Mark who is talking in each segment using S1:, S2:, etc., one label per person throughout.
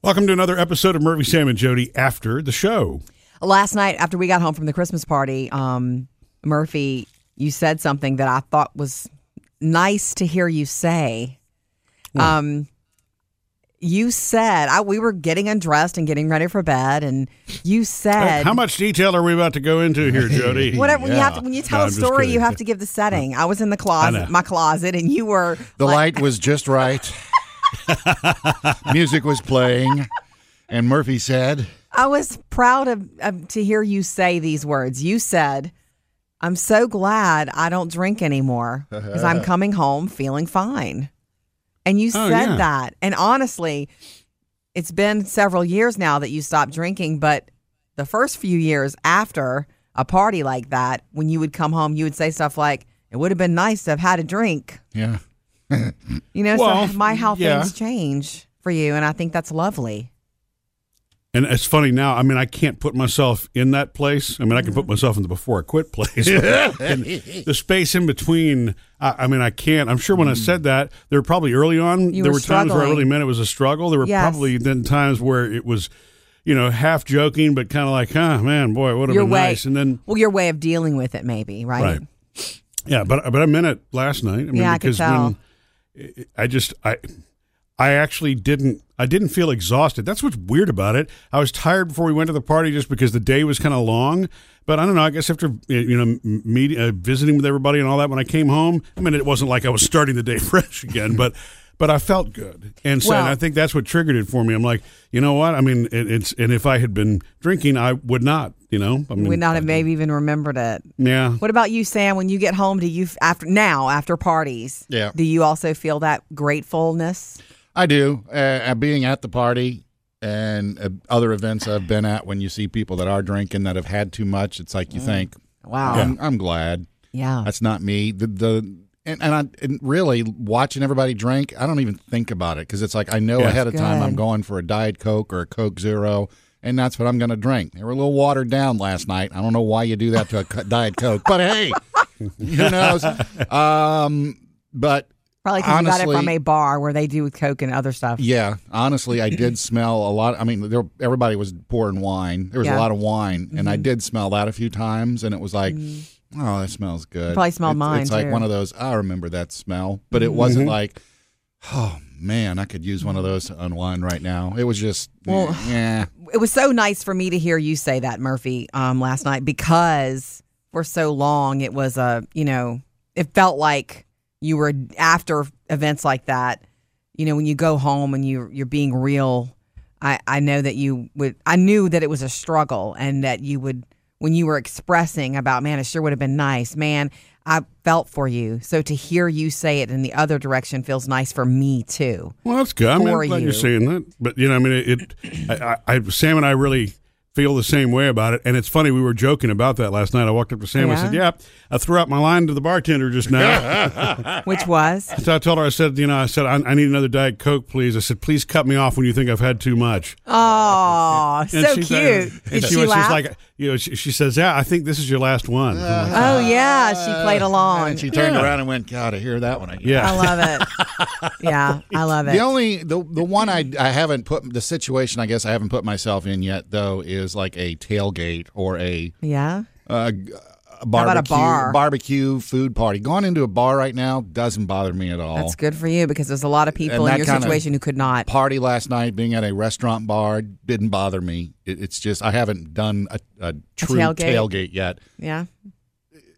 S1: Welcome to another episode of Murphy, Sam, and Jody after the show.
S2: Last night, after we got home from the Christmas party, um, Murphy, you said something that I thought was nice to hear you say. Um, you said I, we were getting undressed and getting ready for bed, and you said
S1: Uh, How much detail are we about to go into here, Jody?
S2: whatever you have to, when you tell
S1: No,
S2: a
S1: I'm just
S2: story, you
S1: kidding.
S2: have to give the setting. I was in the
S1: I know.
S2: closet, my closet, and you were
S3: The
S2: like,
S3: light was just right. Music was playing. And Murphy said,
S2: I was proud of, of to hear you say these words. You said, "I'm so glad I don't drink anymore because I'm coming home feeling fine." And you
S1: Oh,
S2: said
S1: yeah.
S2: that. And honestly, it's been several years now that you stopped drinking, but the first few years after a party like that, when you would come home, you would say stuff like, "It would have been nice to have had a drink."
S3: Yeah.
S2: You know,
S1: Well,
S2: so my how
S1: yeah.
S2: things change for you, and I think that's lovely.
S1: And it's funny now. I mean, I can't put myself in that place. I mean, I can
S2: Mm-hmm.
S1: put myself in the before I quit place. and the space in between, I, I mean, I can't. I'm sure when I said that, there were probably early on,
S2: Mm. You
S1: there
S2: were
S1: were times where I
S2: struggling.
S1: really meant it was a struggle. There were
S2: Yes.
S1: probably then times where it was, you know, half joking, but kind of like, huh, man, boy, it would have
S2: Your
S1: been
S2: way-
S1: nice. And then,
S2: Well, your way of dealing with it, maybe,
S1: right. Yeah, but but I meant it last night. I mean,
S2: Yeah, I could
S1: because
S2: tell.
S1: when I just I I actually didn't I didn't feel exhausted. That's what's weird about it. I was tired before we went to the party just because the day was kind of long. But I don't know. I guess after you know m- meeting uh, visiting with everybody and all that, when I came home, I mean, it wasn't like I was starting the day fresh again, but. But I felt good, and so and
S2: Well-
S1: I think that's what triggered it for me. I'm like, you know what? I mean, it, it's and if I had been drinking, I would not, you know, I mean,
S2: would not have maybe even remembered it.
S1: yeah.
S2: What about you, Sam? When you get home, do you after now after parties?
S3: Yeah.
S2: Do you also feel that gratefulness?
S3: I do. Uh, uh, being at the party and uh, other events I've been at, when you see people that are drinking that have had too much, it's like you think,
S2: Mm. Wow.
S3: I'm, I'm glad
S2: Yeah.
S3: that's not me. The, the and, and I and really watching everybody drink, I don't even think about it because it's like I know
S1: Yeah.
S3: ahead of time I'm
S2: Good.
S3: going for a diet coke or a coke zero, and that's what I'm going to drink. They were a little watered down last night. I don't know why you do that to a co- diet coke, but hey, who knows? Um, but
S2: Probably because you got it
S3: honestly-
S2: from a bar where they do with Coke and other stuff.
S3: yeah, honestly, I did smell a lot. I mean, there, everybody was pouring wine. There was
S2: Yeah. Mm-hmm.
S3: a lot of wine, and I did smell that a few times, and it was like, oh, that smells good.
S2: Mm. Probably smelled
S3: It's-
S2: mine,
S3: It's like
S2: too. Mm-hmm.
S3: one of those. I remember that smell, but it wasn't like, oh man, I could use one of those to unwind right now. It was just,
S2: Well-
S3: yeah,
S2: It was so nice for me to hear you say that, Murphy, um, last night because for so long it was a you know it felt like you were after events like that. You know, when you go home and you you're being real I, I know that you would I knew that it was a struggle and that you would when you were expressing about man it sure would have been nice man I felt for you so to hear you say it in the other direction feels nice for me too
S1: Well, that's good. I mean,
S2: for
S1: I'm glad you.
S2: you.
S1: are saying that. But you know, I mean, it. it I, I, I- Sam and I really feel the same way about it. And it's funny. We were joking about that last night. I walked up to Sam. and I said, "Yeah, I threw out my line to the bartender just now."
S2: which was
S1: so I told her, I said, "You know, I said I, I need another diet coke, please." I said, "Please cut me off when you think I've had too much."
S2: oh
S1: And
S2: so
S1: she's
S2: cute
S1: like-
S2: Did
S1: and
S2: she,
S1: was
S2: laugh?
S1: just like, you know, she, she says, "Yeah, I think this is your last one." I'm like,
S2: oh yeah she played along
S3: "Uh," and she turned
S1: Yeah.
S3: around and went, God, I hear that one again.
S1: yeah.
S2: I love it yeah I love it
S3: The only the the one I I haven't put the situation I guess I haven't put myself in yet though is like a tailgate or a
S2: yeah
S3: uh, g- a
S2: about a
S3: barbecue,
S2: bar?
S3: barbecue food party. Going into a bar right now doesn't bother me at all.
S2: that's good for you because there's a lot of people in
S3: Oh. that
S2: your
S3: kinda-
S2: situation who could not
S3: Party last night, being at a restaurant bar, didn't bother me. It, it's just I haven't done a, a true
S2: tailgate? Oh.
S3: tailgate. yet
S2: yeah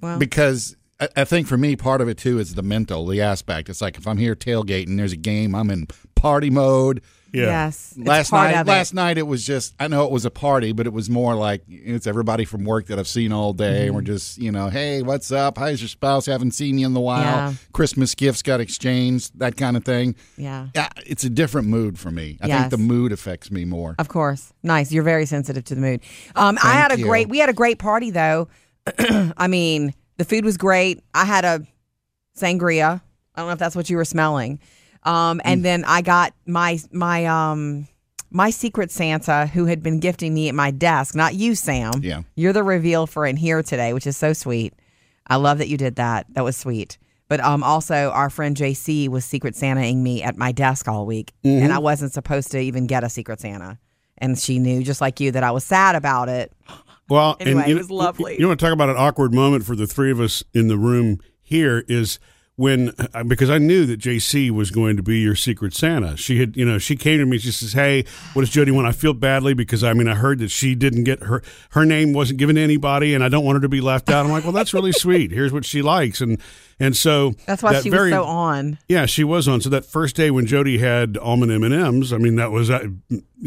S2: well
S3: because I, I think for me part of it too is the mental, the aspect. It's like if I'm here tailgating, there's a game, I'm in party mode.
S1: yeah.
S2: yes it's
S3: last
S2: part
S3: night
S2: of it.
S3: last night it was just i know it was a party but it was more like it's everybody from work that i've seen all day
S2: Mm-hmm.
S3: and we're just you know hey what's up how's your spouse haven't seen you in a while
S2: Yeah.
S3: christmas gifts got exchanged that kind of thing
S2: yeah
S3: Yeah, it's a different mood for me i
S2: Yes. Uh,
S3: think the mood affects me more
S2: Of course. Nice. You're very sensitive to the mood. Um, I had a
S3: you.
S2: great, we had a great party though. I mean, the food was great. I had a sangria. I don't know if that's what you were smelling. Um,
S3: Mm.
S2: and then I got my, my, um, my secret Santa who had been gifting me at my desk, not you, Sam.
S3: Yeah.
S2: You're the reveal for in here today, which is so sweet. I love that you did that. That was sweet. But um, also, our friend JC was Secret Santaing me at my desk all week,
S3: Mm-hmm.
S2: and I wasn't supposed to even get a Secret Santa. And she knew, just like you, that I was sad about it.
S1: Well,
S2: Anyway,
S1: and you
S2: it was
S1: know-
S2: lovely.
S1: You want to talk about an awkward moment for the three of us in the room here is when uh, because I knew that JC was going to be your secret Santa. She had, you know, she came to me. She says, "Hey, what does Jody want?" I feel badly because I mean I heard that she didn't get her her name wasn't given to anybody, and I don't want her to be left out. I'm like, well, that's really sweet. Here's what she likes, and and so
S2: That's why
S1: that
S2: she
S1: very-
S2: was so on.
S1: Yeah, she was on. So that first day when Jody had almond M and M's, I mean that was uh,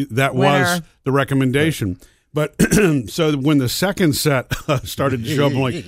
S1: that was
S2: Winner.
S1: the recommendation. But so when the second set started to show up, I'm like,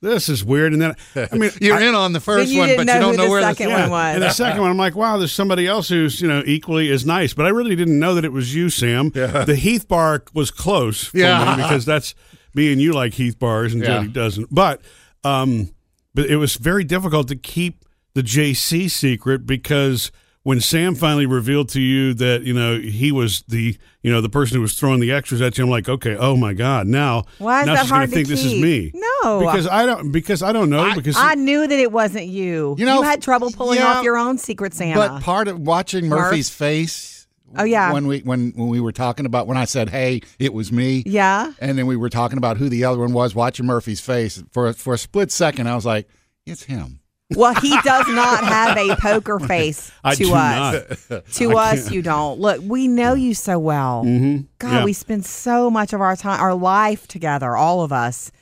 S1: this is weird. And then I mean,
S3: You're
S1: I-
S3: in on the first
S2: you
S3: one,
S2: didn't
S3: but you
S2: know
S3: don't
S2: who
S3: know
S2: the
S3: where
S2: second
S3: the
S2: one was.
S1: and the second one, I'm like, wow, there's somebody else who's you know equally as nice. But I really didn't know that it was you, Sam. The Heath bar was close, for
S3: Yeah.
S1: me because that's me and you like Heath bars, and
S3: Yeah.
S1: Jody doesn't. But um, but it was very difficult to keep the JC secret because when Sam finally revealed to you that you know he was the you know the person who was throwing the extras at you, I'm like, okay, oh my god, now
S2: Why is
S1: now
S2: that
S1: she's gonna
S2: hard to
S1: think this is
S2: keep?
S1: me?
S2: No.
S1: because I don't because I don't know because
S2: I knew that it wasn't you.
S3: You know,
S2: you had trouble pulling
S3: yeah,
S2: off your own Secret Santa.
S3: But part of watching
S2: Murph?
S3: Murphy's face.
S2: Oh, yeah.
S3: When we when when we were talking about when I said, "Hey, it was me."
S2: yeah.
S3: And then we were talking about who the other one was. Watching Murphy's face for for a split second, I was like, "It's him."
S2: Well, he does not have a poker face to
S1: I
S2: us.
S1: do not.
S2: To us, you don't. Look, we know you so well. God,
S1: Mm-hmm. Yeah.
S2: we spend so much of our time, our life together, all of us.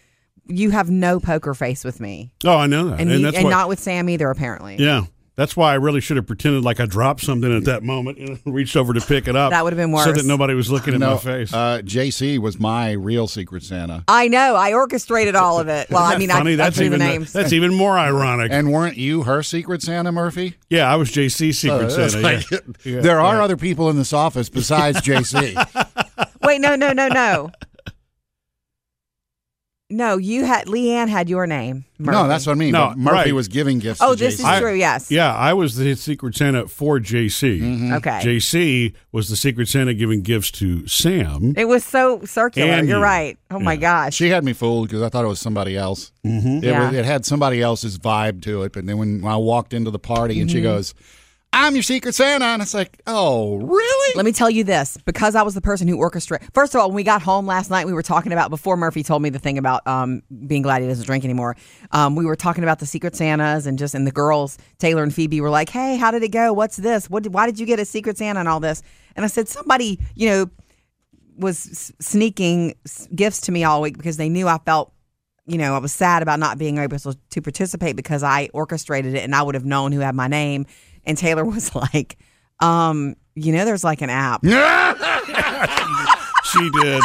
S2: You have no poker face with me,
S1: Oh, I know that, and,
S2: and, you,
S1: that's
S2: and
S1: why-
S2: not with Sam either, apparently.
S1: Yeah. That's why I really should have pretended like I dropped something at that moment and reached over to pick it up.
S2: That would have been
S1: So
S2: worse.
S1: that nobody was looking at
S3: No,
S1: my face.
S3: Uh, JC was my real Secret Santa.
S2: I know. I orchestrated all of it. Well, I mean,
S1: funny.
S2: I,
S1: that's
S2: I threw
S1: even
S2: the names.
S1: that's even more ironic.
S3: And weren't you her Secret Santa, Murphy?
S1: yeah, I was JC Secret
S3: Uh,
S1: Santa.
S3: like-
S1: yeah. Yeah,
S3: there are other people in this office besides JC.
S2: Wait, no, no, no, no. No, you had Leanne had your name.
S3: No, that's what I mean.
S1: No,
S3: But Murphy
S1: right.
S3: was giving gifts.
S2: Oh,
S3: to
S2: this is
S3: JC.
S1: I-
S2: true. Yes.
S1: Yeah, I was the Secret Santa for JC.
S3: Mm-hmm.
S2: Okay.
S1: JC was the Secret Santa giving gifts to Sam.
S2: It was so circular.
S1: And
S2: You're
S1: you.
S2: right. Oh my gosh.
S3: She had me fooled because I thought it was somebody else. Mm-hmm. It,
S2: Yeah.
S3: was, it had somebody else's vibe to it. But then when I walked into the party and
S1: Mm-hmm.
S3: she goes, "I'm your Secret Santa," and it's like, "Oh, really?"
S2: Let me tell you this because I was the person who orchestrated. First of all, when we got home last night, we were talking about before Murphy told me the thing about um, being glad he doesn't drink anymore. Um, we were talking about the Secret Santas and just and the girls, Taylor and Phoebe, were like, "Hey, how did it go? What's this? What? Did, why did you get a Secret Santa and all this?" And I said, "Somebody, you know, was s- sneaking s- gifts to me all week because they knew I felt, you know, I was sad about not being able to, to participate because I orchestrated it and I would have known who had my name. And Taylor was like, um, you know, there's like an app.
S1: She did.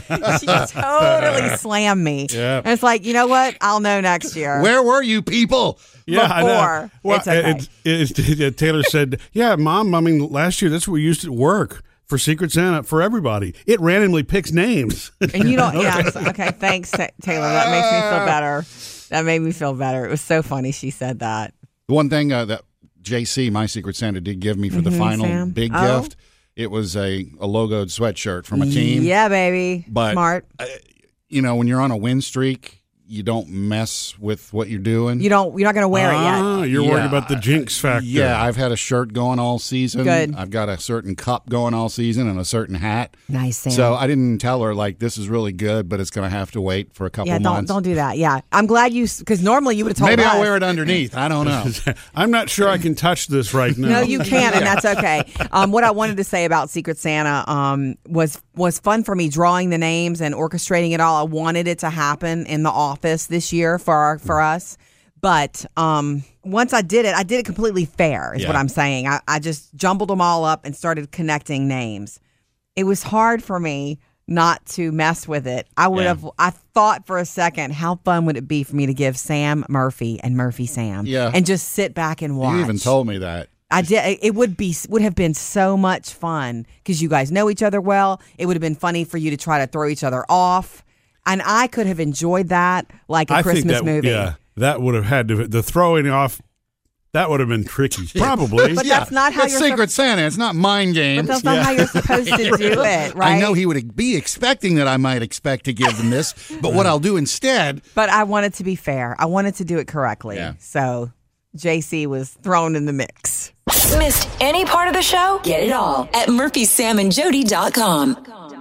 S2: she totally slammed me.
S1: Yeah.
S2: And it's like, you know what? I'll know next year.
S3: Where were you people?
S1: Yeah, I know.
S2: before.
S1: Well,
S2: It's okay.
S1: it- it- it- it- Taylor said, "Yeah, mom. I mean, last year that's what we used at work for Secret Santa for everybody. It randomly picks names.
S2: And you don't, yeah. so- Okay, thanks, Ta- Taylor. That makes me
S3: Ah.
S2: feel better. That made me feel better. It was so funny she said that.
S3: The one thing uh, that JC, my Secret Santa, did give me for the final
S2: Mm-hmm, Sam.
S3: big
S2: Oh.
S3: gift, it was a, a logoed sweatshirt from a team.
S2: Yeah, baby.
S3: But-
S2: Smart.
S3: You know, when you're on a win streak, you don't mess with what you're doing.
S2: You don't, you're not going to wear it yet.
S1: Ah, you're worried
S3: Yeah.
S1: about the jinx factor.
S3: yeah, I've had a shirt going all season.
S2: Good.
S3: I've got a certain cup going all season and a certain hat.
S2: Nice, Sam.
S3: So I didn't tell her like this is really good, but it's going to have to wait for a couple
S2: Yeah, don't
S3: months.
S2: don't do that. Yeah, I'm glad you because normally you would have told
S3: Maybe
S2: us.
S3: I'll wear it underneath. I don't know.
S1: I'm not sure I can touch this right now.
S2: No, you can, and that's okay. Um, what I wanted to say about Secret Santa um, was was fun for me drawing the names and orchestrating it all. I wanted it to happen in the office this year for our, for us, but um, once I did it, I did it completely fair. Is what
S3: Yeah.
S2: I'm saying. I, I just jumbled them all up and started connecting names. It was hard for me not to mess with it. I would
S3: Yeah.
S2: have. I thought for a second, how fun would it be for me to give Sam Murphy and Murphy Sam,
S3: Yeah.
S2: and just sit back and watch.
S3: You even told me that.
S2: I did. It would be would have been so much fun because you guys know each other well. It would have been funny for you to try to throw each other off, and I could have enjoyed that like a
S1: I
S2: Christmas
S1: think that
S2: movie.
S1: yeah, that would have had to the throwing off. That would have been tricky, probably.
S2: But that's not how
S3: it's
S2: you're sup-
S3: Secret Santa. It's not mind games.
S2: But that's not how you're supposed to do it, right?
S3: I know he would be expecting that I might expect to give them this, but what I'll do instead,
S2: but I wanted to be fair. I wanted to do it correctly.
S3: Yeah.
S2: So JC was thrown in the mix.
S4: Missed any part of the show? Get it all at murphysamandjody.com.